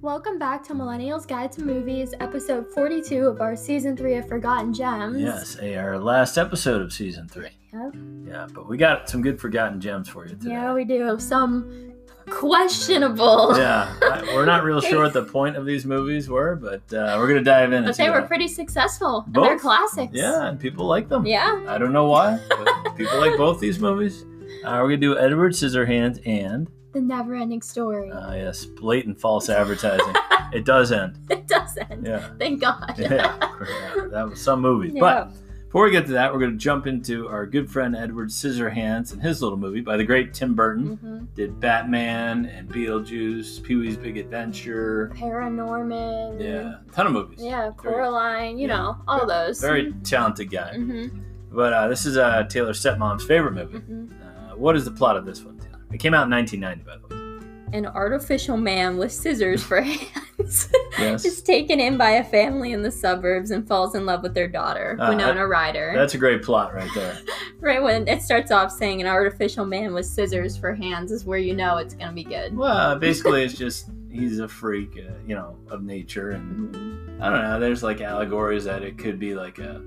Welcome back to Millennials Guide to Movies, episode 42 of our season 3 of Forgotten Gems. Yes, eh, our last episode of season three. Yep. Yeah, but we got some good forgotten gems for you today. Yeah, we do have some questionable. Yeah, I- we're not real sure what the point of these movies were, but uh, we're gonna dive in. But and they see were what- pretty successful. and Both? They're classics. Yeah, and people like them. Yeah. I don't know why, but people like both these movies. Uh, we're gonna do Edward Scissorhands and The never ending story. uh, yes, blatant false advertising. it does end. it doesn't. Yeah, Thank God. yeah, crap, that was some movie. Yeah. But before we get to that, we're gonna jump into our good friend Edward Scissorhands and his little movie by the great Tim Burton. Mhm. did Batman and Beetlejuice, Pee Wee's Big Adventure. Paranorman. Yeah, ton of movies. Yeah, Very- Coraline, you yeah. know, all those. Very talented guy. Mm-hmm. Mm-hmm. But uh, this is uh, Taylor's stepmom's favorite movie. Uh, what is the plot of this one, Taylor? It came out in 1990, by the way. An artificial man with scissors for hands Yes. is taken in by a family in the suburbs and falls in love with their daughter, Uh, Winona Ryder. That's a great plot right there. Right when it starts off saying an artificial man with scissors for hands is where you know it's gonna be good. Well, uh, basically, it's just he's a freak, uh, you know, of nature. And Mhm. I don't know, there's like allegories that it could be like a,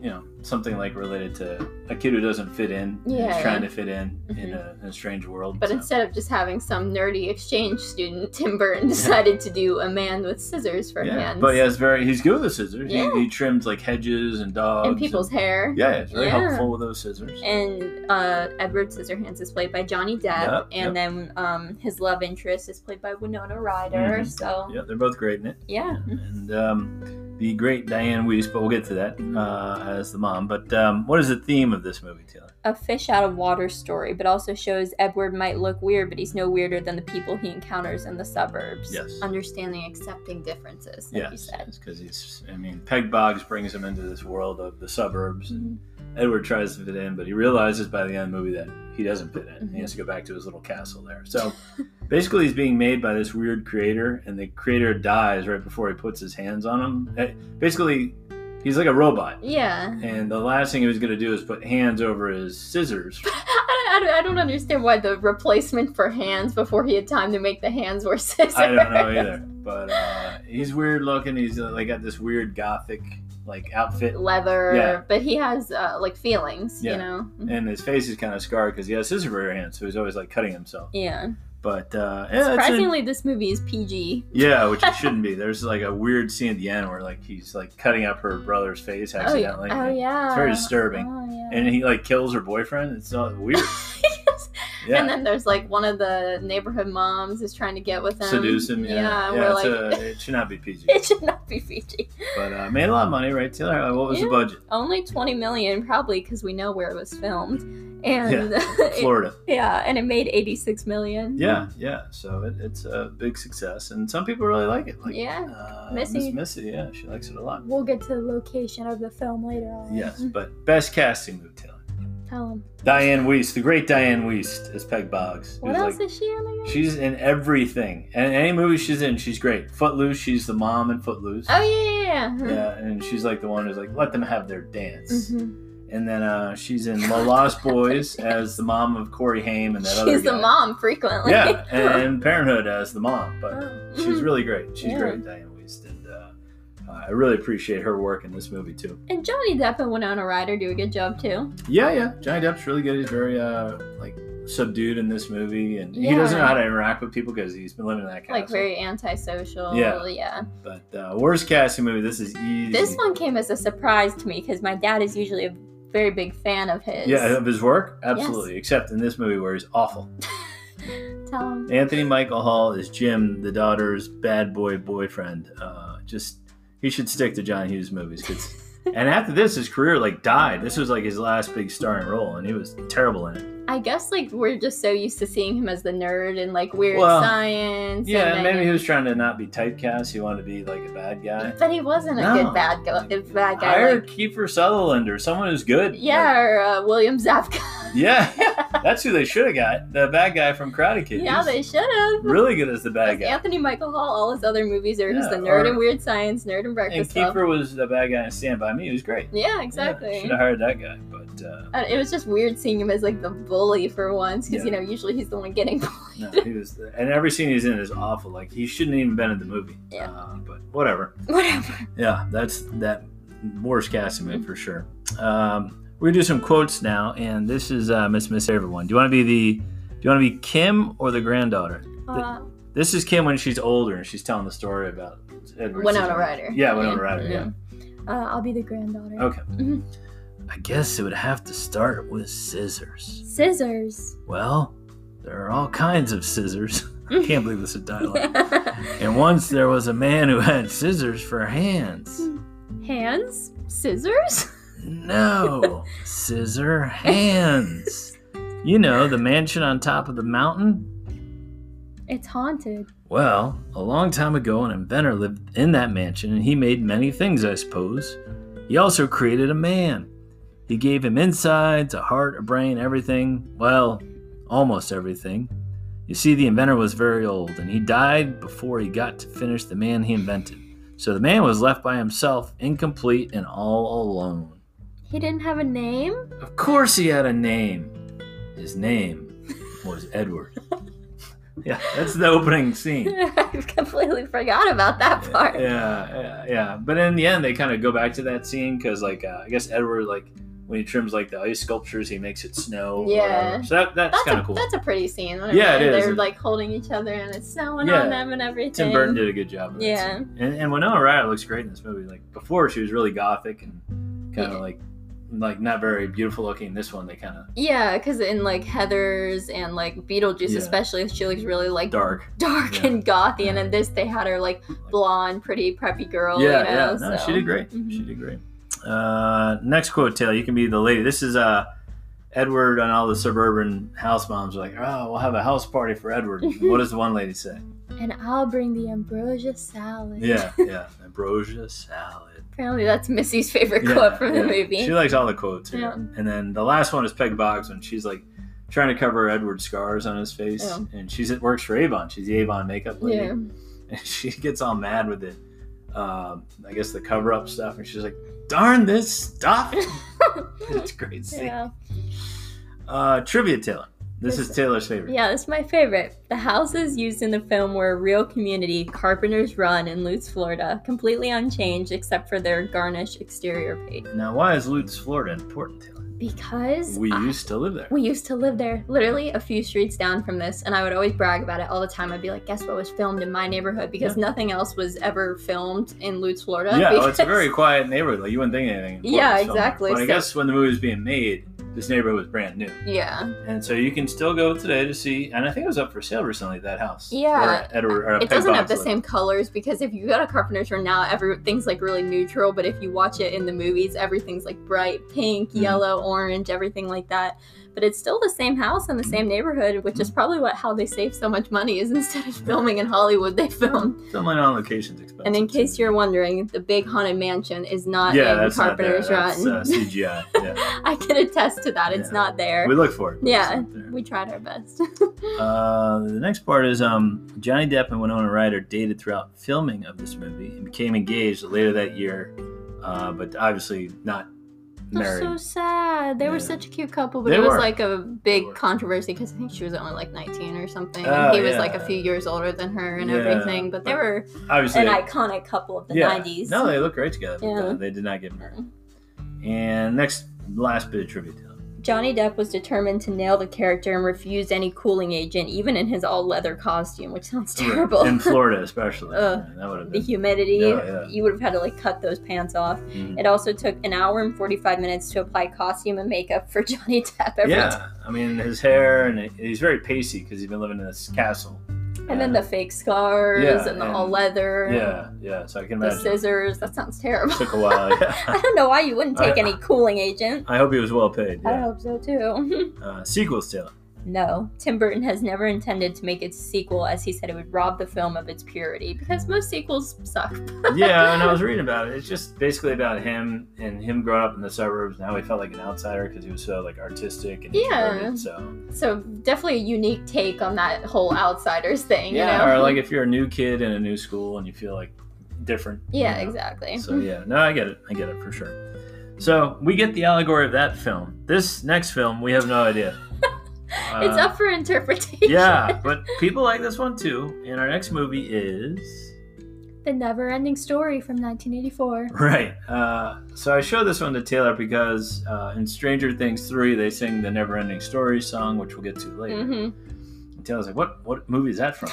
you know, something like related to a kid who doesn't fit in. and Yeah. Mm-hmm. He's trying to fit in in, a, in a strange world. But so. instead of just having some nerdy exchange student, Tim Burton decided to do a man with scissors for yeah, hands But he has very he's good with the scissors. Yeah. He, he trims like hedges and dogs. in people's hair. yeah, it's very Yeah. helpful with those scissors. And uh, Edward Scissorhands is played by Johnny Depp, Yep, and then um, his love interest is played by Winona Ryder. Mhm. So yeah, they're both great in it. yeah, And um, the great Diane Weiss, but we'll get to that uh, as the mom. But um, what is the theme of this movie, Taylor? a fish out of water story, but also shows Edward might look weird, but he's no weirder than the people he encounters in the suburbs. Yes. Understanding, accepting differences, like you Yes, said. because he's. I mean, Peg Boggs brings him into this world of the suburbs, and Mm-hmm. Edward tries to fit in, but he realizes by the end of the movie that he doesn't fit in. Mhm. He has to go back to his little castle there. So basically, he's being made by this weird creator, and the creator dies right before he puts his hands on him. Eh, Basically, he's like a robot, Yeah. and the last thing he was going to do is put hands over his scissors. I, don't- I don't understand why the replacement for hands before he had time to make the hands were scissors. I don't know either, but uh, he's weird looking. He's uh, like got this weird gothic like outfit, Leather, Yeah. but he has uh, like feelings, you Yeah. know? and his face is kind of scarred because he has scissors for hands, so he's always like cutting himself. Yeah. But uh, yeah, it's a- Surprisingly, this movie is PG. Yeah, which it shouldn't be. There's like a weird scene at the end where like he's like cutting up her brother's face Oh, yeah. accidentally. Oh, yeah. It's very disturbing. Oh, yeah. And he like kills her boyfriend. It's not weird. Yeah. And then there's like one of the neighborhood moms is trying to get with him. Seduce him. Yeah. Yeah, and Yeah, we're it's like, a- it should not be PG. it should not be PG. But uh, made a lot of money, right, Taylor? Uh, What was Yeah. the budget? Only 20 million, probably because we know where it was filmed. And yeah, Florida. and it made 86 million. Yeah, yeah. So it, it's a big success, and some people really like it. Like Yeah. uh, Missy. Miss Missy. Yeah, she likes it a lot. We'll get to the location of the film later on. Yes, but best casting move, Taylor. Mm-hmm. Tell him. Diane Weist, the great Diane Weist, as Peg Boggs. What who's, else like, is she in again? She's in everything. And any movie she's in, she's great. Footloose, she's the mom in Footloose. Oh, yeah, yeah, yeah. Yeah, and she's like the one who's like, let them have their dance. Mhm. And then uh, she's in La Lost Boys as the mom of Corey Haim and that other She's the guy. mom frequently. Yeah, and Parenthood as the mom. But Mhm. she's really great. She's Yeah. great, Diane Weist. And uh, I really appreciate her work in this movie, too. And Johnny Depp and Winona Ryder do a good job too. Yeah, yeah. Johnny Depp's really good. He's very, uh, like, subdued in this movie. And he doesn't Yeah. know how to interact with people because he's been living in that castle. Like very antisocial. Yeah. yeah. But uh, worst casting movie. This is easy. This one came as a surprise to me because my dad is usually a very big fan of his. Yeah, of his work, absolutely. Except in this movie where he's awful. Tell him. Anthony Michael Hall is Jim, the daughter's bad boy boyfriend. Uh, just he should stick to John Hughes movies. 'cause- and after this, his career like died. This was like his last big starring role, and he was terrible in it. I guess like we're just so used to seeing him as the nerd and like weird Well, science. Yeah, and and then- maybe he was trying to not be typecast. He wanted to be like a bad guy. But he wasn't a No. good bad guy. Bad guy. Hire like- Kiefer Sutherland or someone who's good. yeah, or uh, William Zabka. Like, yeah, that's who they should have got. The bad guy from Karate Kid. yeah, He's they should have. really good as the bad guy. Anthony Michael Hall, all his other movies are just the Yeah, nerd or- and weird science, nerd and And breakfast. Club. Kiefer was the bad guy in Stand By Me. He was great. Yeah, Yeah, exactly. Should have hired that guy. But but uh, Uh, It was just weird seeing him as like the bully for once, because you Yeah. know usually he's the one getting bullied. no, he was. And every scene he's in is awful. Like he shouldn't even been in the movie. Yeah. Uh, but whatever. Whatever. Yeah, that's that worst casting Mm-hmm. move for sure. Um, we're gonna do some quotes now, and this is uh, Miss Miss Everyone. Do you want to be the? Do you want to be Kim or the granddaughter? Uh, This is Kim when she's older and she's telling the story about Edward's Winona Ryder. Yeah, Winona Ryder. Yeah. Uh, I'll be the granddaughter. Okay. Mhm. I guess it would have to start with scissors. Scissors. Well, there are all kinds of scissors. I can't believe this is dialogue. and once there was a man who had scissors for hands. Hands. Scissors. No, scissor hands. You know, the mansion on top of the mountain? It's haunted. Well, a long time ago, an inventor lived in that mansion and he made many things, I suppose. He also created a man. He gave him insides, a heart, a brain, everything. Well, almost everything. You see, the inventor was very old and he died before he got to finish the man he invented. So the man was left by himself, incomplete and all alone. He didn't have a name. Of course, he had a name. His name was Edward. yeah, that's the opening scene. I completely forgot about that part. Yeah, yeah, yeah. But in the end, they kind of go back to that scene because, like, uh, I guess Edward, like, when he trims like the ice sculptures, he makes it snow. or Yeah. whatever. So that, that's, That's kind a of cool. that's a pretty scene. when Yeah, it they're- is. They're like holding each other and it's snowing Yeah. on them and everything. Tim Burton did a good job. Of that Yeah. scene. And, and Winona Ryder looks great in this movie. Like before, she was really gothic and kind of Yeah. like, like not very beautiful looking. This one, they kind of Yeah, because in like Heather's and like Beetlejuice, Yeah. especially, she looks really like dark, dark. Yeah. and gothy. And in this, they had her like blonde, pretty, preppy girl. yeah, you know, yeah. No, so. she did great. Mhm. She did great. Uh, next quote, Taylor. You can be the lady. This is uh, Edward and all the suburban house moms are like, oh, we'll have a house party for Edward. what does the one lady say? And I'll bring the ambrosia salad. Yeah, yeah. Ambrosia salad. Apparently, that's Missy's favorite Yeah, quote from yeah. the movie. She likes all the quotes. Here. Yeah. And then the last one is Peg Boggs when she's like trying to cover Edward's scars on his face. Yeah. And she's it works for Avon. She's the Avon makeup lady. Oh. yeah. and she gets all mad with it. Um, I guess the cover up stuff, and she's like, "Darn this stuff!" it's a great scene. yeah. Uh, trivia, Taylor. This This- is Taylor's favorite. Yeah, that's my favorite. The houses used in the film were a real community, Carpenter's Run in Lutz, Florida, completely unchanged except for their garnish exterior paint. Now, why is Lutz, Florida, important, Taylor? Because We I- used to live there. we used to live there, literally a few streets down from this, and I would always brag about it all the time. I'd be like, "Guess what was filmed in my neighborhood?" Because nothing else was ever filmed in Lutz, Florida. yeah, well, it's a because- very quiet neighborhood. Like you wouldn't think anything. important Yeah, was filmed there. exactly, But I so- guess when the movie was being made, this neighborhood was brand new, yeah. and so you can still go today to see. And I think it was up for sale recently. That house. Yeah. where Edward. Or It Peg doesn't have Boggs the lived. same colors because if you go to Carpenter's Run now, everything's like really neutral. But if you watch it in the movies, everything's like bright pink, Mhm. yellow, orange, everything like that. But it's still the same house and the same neighborhood, which is probably what how they save so much money is instead of filming in Hollywood, they film. Filming on location's expensive. And in case you're wondering, the big haunted mansion is not yeah, in that's not there. Carpenter's That's, Run. uh, CGI. Yeah. I can attest to that. It's Yeah. not there. We look for it. but it's Yeah. not there. We tried our best. Uh, the next part is um, Johnny Depp and Winona Ryder dated throughout filming of this movie and became engaged later that year, uh, but obviously not That's Oh, so married. sad. They Yeah. were such a cute couple, but They it was were. like a They were. big controversy because I think she was only like 19 or something. Oh, and he was yeah. like a few years older than her and Yeah, everything, but they but were obviously, an they- iconic couple of the yeah. 90s. No, they look great together. But Yeah. uh, they did not get married. And next, last bit of trivia. Taylor. Johnny Depp was determined to nail the character and refused any cooling agent, even in his all leather costume, which sounds terrible. In Florida, especially. Ugh. Yeah, that would have the been. humidity, Yeah, yeah. you would have had to like cut those pants off. Mhm. It also took an hour and 45 minutes to apply costume and makeup for Johnny Depp every time. Yeah, I mean his hair and it, he's very pacey because he's been living in this castle. And then the fake scars Yeah, and the and- all leather. Yeah, yeah. So I can The imagine. scissors. That sounds terrible. Took a while. Yeah. I don't know why you wouldn't take I- any cooling agent. I hope he was well paid. I Yeah. hope so too. Uh, sequels, Taylor. no, Tim Burton has never intended to make its sequel, as he said it would rob the film of its purity, because most sequels suck. yeah, and I was reading about it. It's just basically about him and him growing up in the suburbs and how he felt like an outsider because he was so like artistic and Yeah. introverted, So So definitely a unique take on that whole outsiders thing. yeah, you know? or like if you're a new kid in a new school and you feel like different. yeah, you know? exactly. So yeah, no, I get it. I get it for sure. So we get the allegory of that film. This next film, we have no idea. it's Uh, up for interpretation. Yeah, but people like this one too. And our next movie is The Never Ending Story from 1984. right. Uh, so I show this one to Taylor because uh, in Stranger Things three, they sing the Never Ending Story song, which we'll get to later. Mm-hmm. And Taylor's like, "What? What movie is that from?"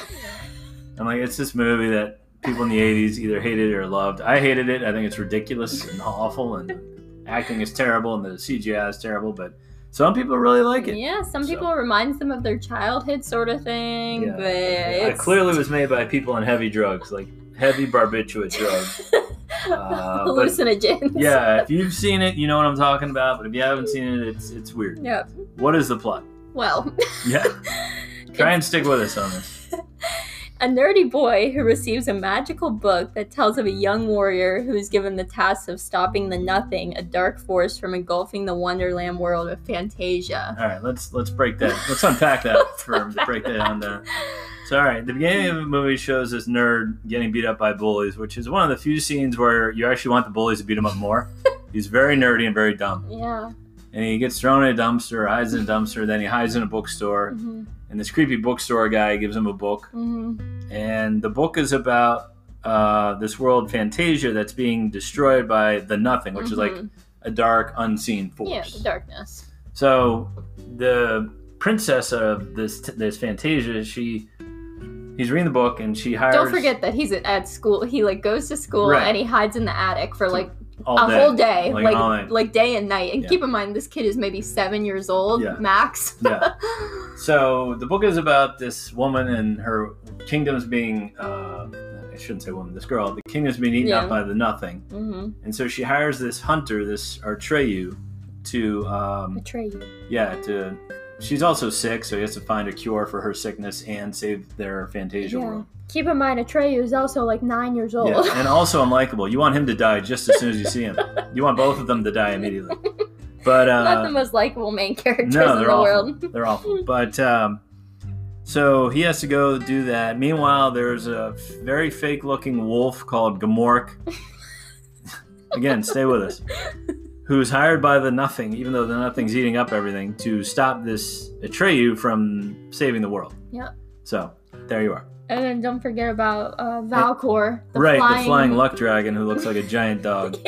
I'm like, "It's this movie that people in the '80s either hated or loved. I hated it. I think it's ridiculous and awful, and acting is terrible, and the CGI is terrible. But some people really like it. Yeah, some So- people it reminds them of their childhood sort of thing, Yeah. but It it's clearly was made by people on heavy drugs, like heavy barbiturate drugs. Uh, but- hallucinogens. Yeah, if you've seen it, you know what I'm talking about. But if you haven't seen it, it's it's weird. Yep. What is the plot? Well, Yeah, try and stick with us on this. a nerdy boy who receives a magical book that tells of a young warrior who is given the task of stopping the nothing, a dark force from engulfing the wonderland world of Fantasia. All right, let's let's break that. Let's unpack that for break that on down. So, all right, the beginning of the movie shows this nerd getting beat up by bullies, which is one of the few scenes where you actually want the bullies to beat him up more. He's very nerdy and very dumb, Yeah. and he gets thrown in a dumpster, hides in a dumpster, then he hides in a bookstore, hmm and this creepy bookstore guy gives him a book, hmm and the book is about uh, this world Fantasia that's being destroyed by the Nothing, which is like a dark, unseen force. Mm-hmm. yeah, the darkness. So the princess of this this Fantasia, she he's reading the book and she hires Don't forget that he's at, at school. He like goes to school Right. and he hides in the attic for like all a day. whole day, Like, like all like, night. day and night. And Yeah. keep in mind, this kid is maybe seven years old Yeah. max. yeah. So the book is about this woman and her kingdom's being uh, I shouldn't say woman, this girl, the kingdom's being eaten Yeah. up by the nothing. mm-hmm. And so she hires this hunter, this Artreyu, to um, Betray you. yeah, to she's also sick, so he has to find a cure for her sickness and save their Fantasia Yeah. Oh. world. Keep in mind, Atreyu is also like nine years old. Yeah, and also unlikable. You want him to die just as soon as you see him. You want both of them to die immediately. But Not the uh, most likable main characters no, in they're the awful. world. They're awful. But um, so he has to go do that. Meanwhile, there's a very fake-looking wolf called Gamork. Again, stay with us. Who's hired by the Nothing, even though the Nothing's eating up everything, to stop this Atreyu from saving the world. Yep. So there you are. And then don't forget about uh, Valcor, the right, flying, the flying luck dragon who looks like a giant dog.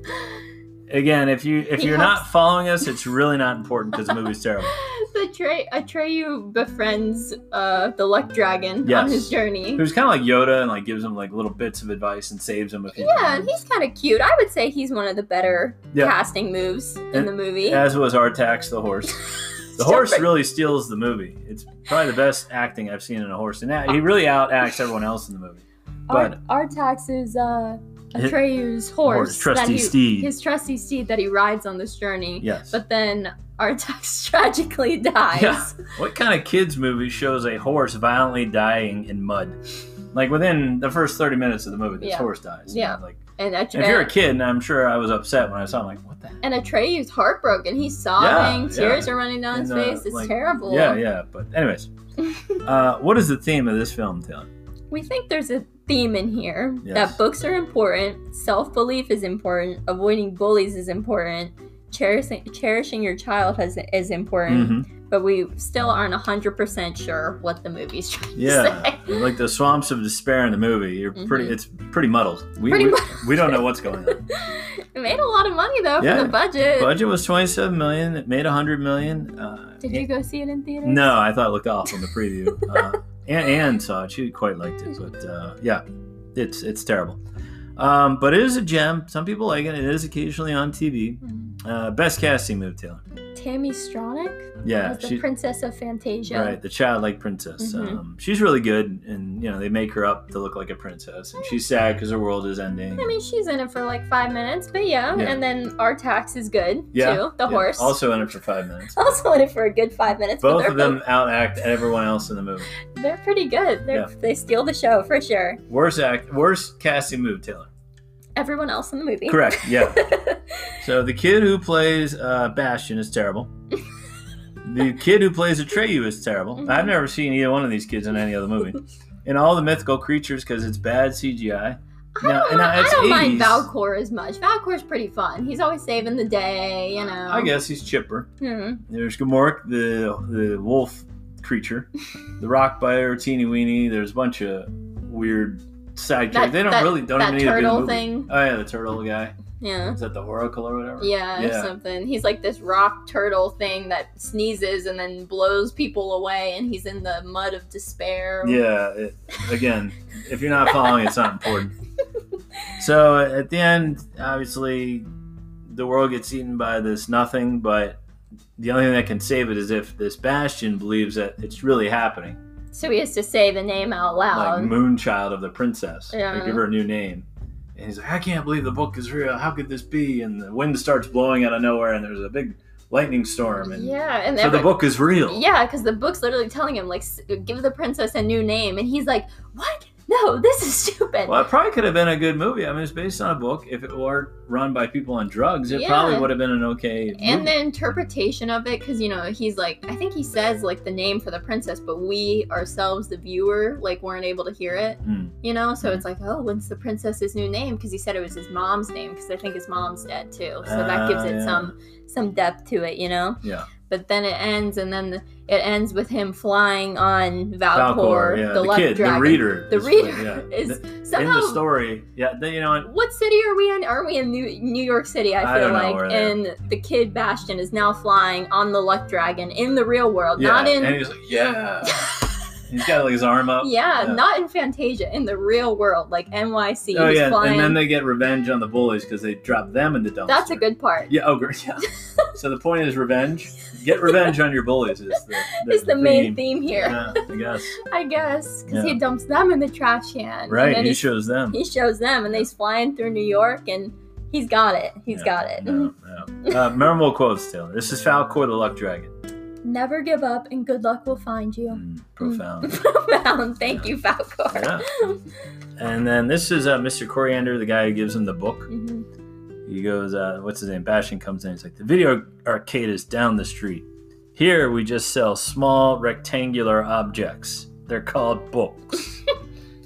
Yeah. again if you if He you're helps. not following us it's really not important because the movie's terrible The Tre- Atreyu befriends uh, the luck dragon on Yes. his journey. who's kind of like yoda and like gives him like little bits of advice and saves him a few Yeah, and times. he's kind of cute. I would say he's one of the better Yeah. casting moves in And- the movie. as was artax the horse the horse really steals the movie it's probably the best acting i've seen in a horse and that- he really outacts everyone else in the movie but- our, tax is uh, His- Atreyu's horse, that trusty he, steed his trusty steed that he rides on this journey. yes But then our tax tragically dies. Yeah. what kind of kids movie shows a horse violently dying in mud like within the first 30 minutes of the movie this Yeah. horse dies Yeah. like And, Atre- if you're a kid and i'm sure i was upset when i saw it, i'm like what the and Atreyu's heartbroken. He's sobbing. yeah. Tears are running down his And, uh, face. It's like- terrible. Yeah, yeah. But anyways, uh, what is the theme of this film, Taylor? We think there's a theme in here Yes. that books are important, self belief is important, avoiding bullies is important, cherishing, cherishing your childhood is, is important. Mm-hmm. but we still aren't 100% sure what the movie's trying to Yeah, say. like the swamps of despair in the movie. You're pretty. Mhm. It's pretty muddled. We Pretty we, much. we don't know what's going on. It made a lot of money though Yeah. for the budget. Budget was 27 million. It made 100 million. Uh, Did you go see it in theaters? No, I thought it looked awful in the preview. Uh, Aunt Anne saw it; she quite liked it. But uh, yeah, it's it's terrible. Um, but it is a gem. Some people like it. It is occasionally on TV. Mm. Uh, best casting move, Taylor. Tammy Stronach Yeah, as the she- princess of Fantasia. Right, the childlike princess. Mhm. Um, she's really good, and you know they make her up to look like a princess, and she's sad because her world is ending. I mean, she's in it for like five minutes, but yeah. Yeah. And then our tax is good Yeah, too. The Yeah, horse also in it for five minutes. Also in it for a good five minutes. Both but of them outact everyone else in the movie. they're pretty good. They're, They steal the show for sure. Worst act, worst casting move, Taylor. Everyone else in the movie. Correct. Yeah. so the kid who plays uh, Bastion is terrible. the kid who plays Atreyu is terrible. Mhm. I've never seen either one of these kids in any other movie. And all the mythical creatures because it's bad I CGI. No, don't, and I- I it's don't mind 80s. Valcor as much. Valcor's pretty fun. He's always saving the day, you know. I guess he's chipper. Hmm. There's Gamork, the the wolf creature, the rock biter, teeny weeny. There's a bunch of weird side That- characters. They don't that- really don't that even need to be in the turtle movie. thing. Oh yeah, the turtle guy. Yeah. Is that the Oracle or whatever? Yeah, or Yeah. something. He's like this rock turtle thing that sneezes and then blows people away, and he's in the mud of despair. Yeah, it, again, if you're not following, it's not important. So at the end, obviously, the world gets eaten by this nothing, but the only thing that can save it is if this Bastion believes that it's really happening. So he has to say the name out Like loud. Moonchild of the Princess. Yeah. They give her a new name. And he's like, I can't believe the book is real. How could this be? And the wind starts blowing out of nowhere, and there's a big lightning storm. And yeah, and so every- the book is real. Yeah, because the book's literally telling him like, s- give the princess a new name, and he's like, what? No, this is stupid. Well, it probably could have been a good movie. I mean, it's based on a book. If it were run by people on drugs, it Yeah. probably would have been an okay. And movie. the interpretation of it, because you know he's like, I think he says like the name for the princess, but we ourselves, the viewer, like weren't able to hear it. Mm. You know, so it's like, oh, what's the princess's new name? Because he said it was his mom's name, because I think his mom's dead too. So that gives Ah, it yeah. some some depth to it, you know. Yeah. But then it ends, and then the, it ends with him flying on Valcor, Falcor, yeah, the, love kid, dragon. the reader, The is- reader is Th- in somehow the story. Yeah, then you know, what? what city are we in? Are we in New, New York City? I I feel don't know where like. they are. And the kid Bastion is now flying on the Luck Dragon in the real world, yeah, not in. and he's like, yeah, he's got like his arm up. yeah, yeah. not in Fantasia, in the real world, like NYC. oh he's yeah, flying. and then they get revenge on the bullies because they drop them in the dumpster. That's a good part. Yeah, oh, gr- yeah. so the point is revenge. Get revenge on your bullies is the, the, It's the main theme here, Yeah, I guess. I guess, because Yeah. he dumps them in the trash can. Right, And then he he's- shows them. he shows them, and they's flying through New York, and he's got it. He's Yeah, got it. No, no. Uh, memorable quotes, Taylor. This is Falcor the Luck Dragon. Never give up, and good luck will find you. Mm, profound. Profound. Thank you, Falcor. yeah. And then this is uh, Mr. Coriander, the guy who gives him the book. Mhm. He goes, uh, what's his name? Bastion comes in. He's like, the video arcade is down the street. Here we just sell small rectangular objects. They're called books.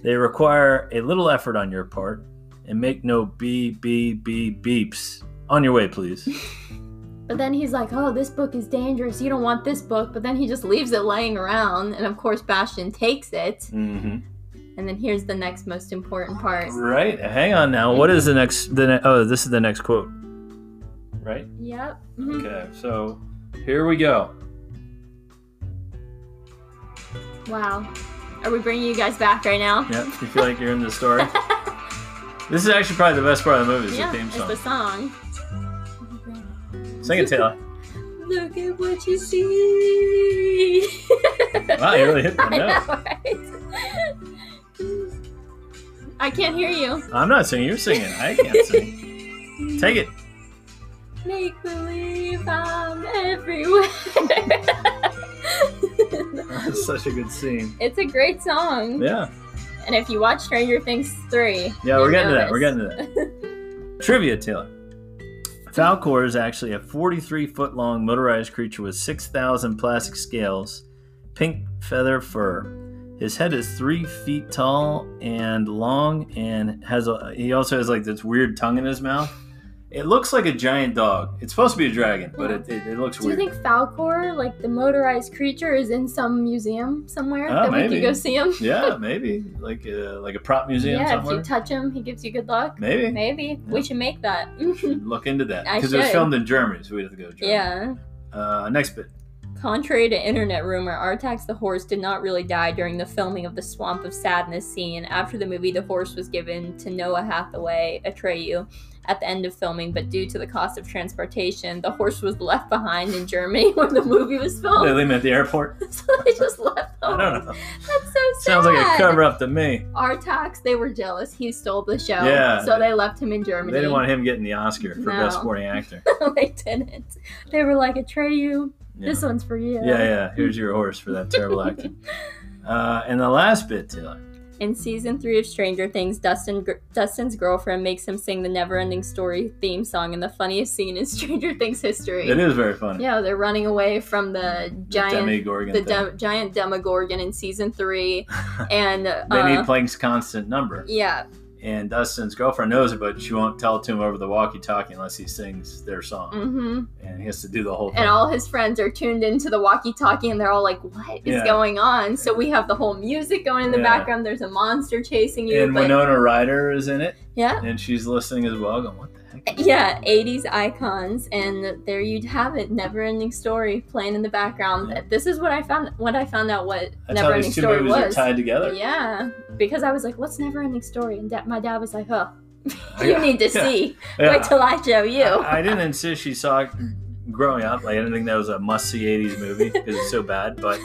they require a little effort on your part and make no beep, beep, beep, beeps. On your way, please. But then he's like, "Oh, this book is dangerous. You don't want this book." But then he just leaves it laying around, and of course Bastion takes it. Mm-hmm. And then here's the next most important part. Right. Hang on now. What is the next? The ne- oh, this is the next quote. Right. Yep. Mhm. Okay. So here we go. Wow. Are we bringing you guys back right now? Yep. You feel like you're in the story. this is actually probably the best part of the movie. Is Yeah, the theme it's song. the song. Sing it, Taylor. Look at what you see. Wow, you really hit the I note. know, right? I can't hear you. I'm not singing. You're singing. I can't sing. Take it. Make believe I'm everywhere. That's such a good scene. it's a great song. Yeah. And if you watch Stranger Things 3, Yeah. We're you'll getting to that. We're notice. getting to that. Trivia, Taylor. Falcor is actually a 43 foot long motorized creature with 6,000 plastic scales, pink feather fur. His head is three feet tall and long, and has a, he also has like this weird tongue in his mouth. It looks like a giant dog. It's supposed to be a dragon, but it, it, it looks Do you weird. think Falcor, like the motorized creature, is in some museum somewhere Oh, that we maybe. could go see him? yeah, maybe like a, like a prop museum yeah, if somewhere. you touch him, he gives you good luck. maybe. Maybe we Yeah. should make that. Look into that I because it was should. filmed in Germany, so we have to go to Germany. yeah. Uh, next bit. Contrary to internet rumor, Artax the horse did not really die during the filming of the Swamp of Sadness scene. After the movie, the horse was given to Noah Hathaway Atreyu at the end of filming, but due to the cost of transportation, the horse was left behind in Germany where the movie was They filmed. leave him at the airport. so they just left the I horse. don't know. That's so sad. Sounds like a cover up to me. Artax, they were jealous. He stole the show. Yeah. So they left him in Germany. They didn't want him getting the Oscar for best No. supporting actor. they didn't. They were like, Atreyu, Yeah. this one's for you. yeah, yeah. Here's your horse for that terrible acting. Uh, and the last bit, Taylor. In season three of Stranger Things, Dustin gr- Dustin's girlfriend makes him sing the Never Ending Story theme song in the funniest scene in Stranger Things history. It is very funny. Yeah, they're running away from the giant, Gorgon. the dem- giant Demogorgon in season three, and uh, they need Plank's constant number. yeah, and Dustin's girlfriend knows it, but she won't tell it to him over the walkie-talkie unless he sings their song, hmm and he has to do the whole thing. And all his friends are tuned into the walkie-talkie, and they're all like, "What is Yeah. going on?" So we have the whole music going in the Yeah. background. There's a monster chasing you. and but Winona Ryder is in it, yeah, and she's listening as well. Going, what the heck? is yeah, 80s icons, and there you'd have it, never-ending story playing in the background. Yeah. This is what I found. What I found out what That's how never-ending these two story movies are was. tied together. Yeah, because I was like, "What's never-ending story?" And da- my dad was like, "Huh, you Yeah. need to Yeah. see. Yeah. Wait till I show you." I, I didn't insist she saw it growing up. Like, I didn't think that was a must-see '80s movie because it's so bad, but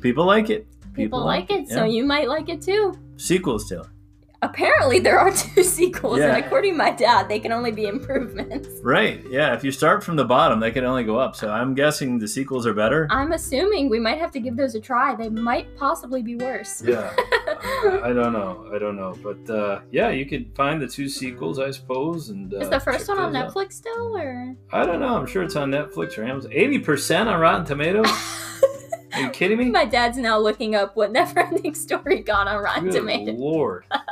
people like it. People, like it, so yeah. you might like it too. sequels to it. Apparently, there are two sequels, Yeah. and according to my dad, they can only be improvements. Right? Yeah. If you start from the bottom, they can only go up. So I'm guessing the sequels are better. I'm assuming we might have to give those a try. They might possibly be worse. yeah i don't know i don't know but uh yeah you could find the two sequels i suppose and uh, Is the first check one on those out. Netflix still, or i don't know i'm sure it's on netflix or amazon 80% on rotten tomatoes are you kidding me my dad's now looking up what Neverending Story got on Rotten Good Tomatoes? lord I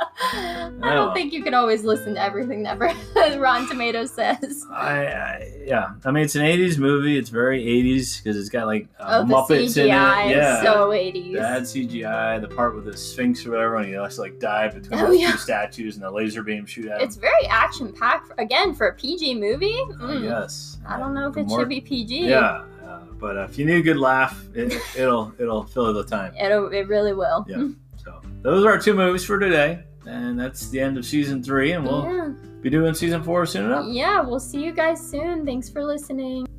Wow. don't think you can always listen to everything Never Rotten Tomatoes says. I, I yeah i mean it's an 80s movie it's very 80s because it's got like uh, oh, the muppets in it CGI yeah is so 80s. Bad CGI, the part with the Sphinx or whatever, and he has to like dive between Oh, those yeah. two statues and the laser beam shoot at him. It's very action packed again for a PG movie. Mm. yes. I don't know if The it Oh, more- should be PG. Yeah, uh, but if you need a good laugh, it, it'll it'll fill the time. It'll, it really will. Yeah. So those are our two movies for today, and that's the end of season three, and we'll yeah. be doing season four soon enough. Yeah, we'll see you guys soon. Thanks for listening.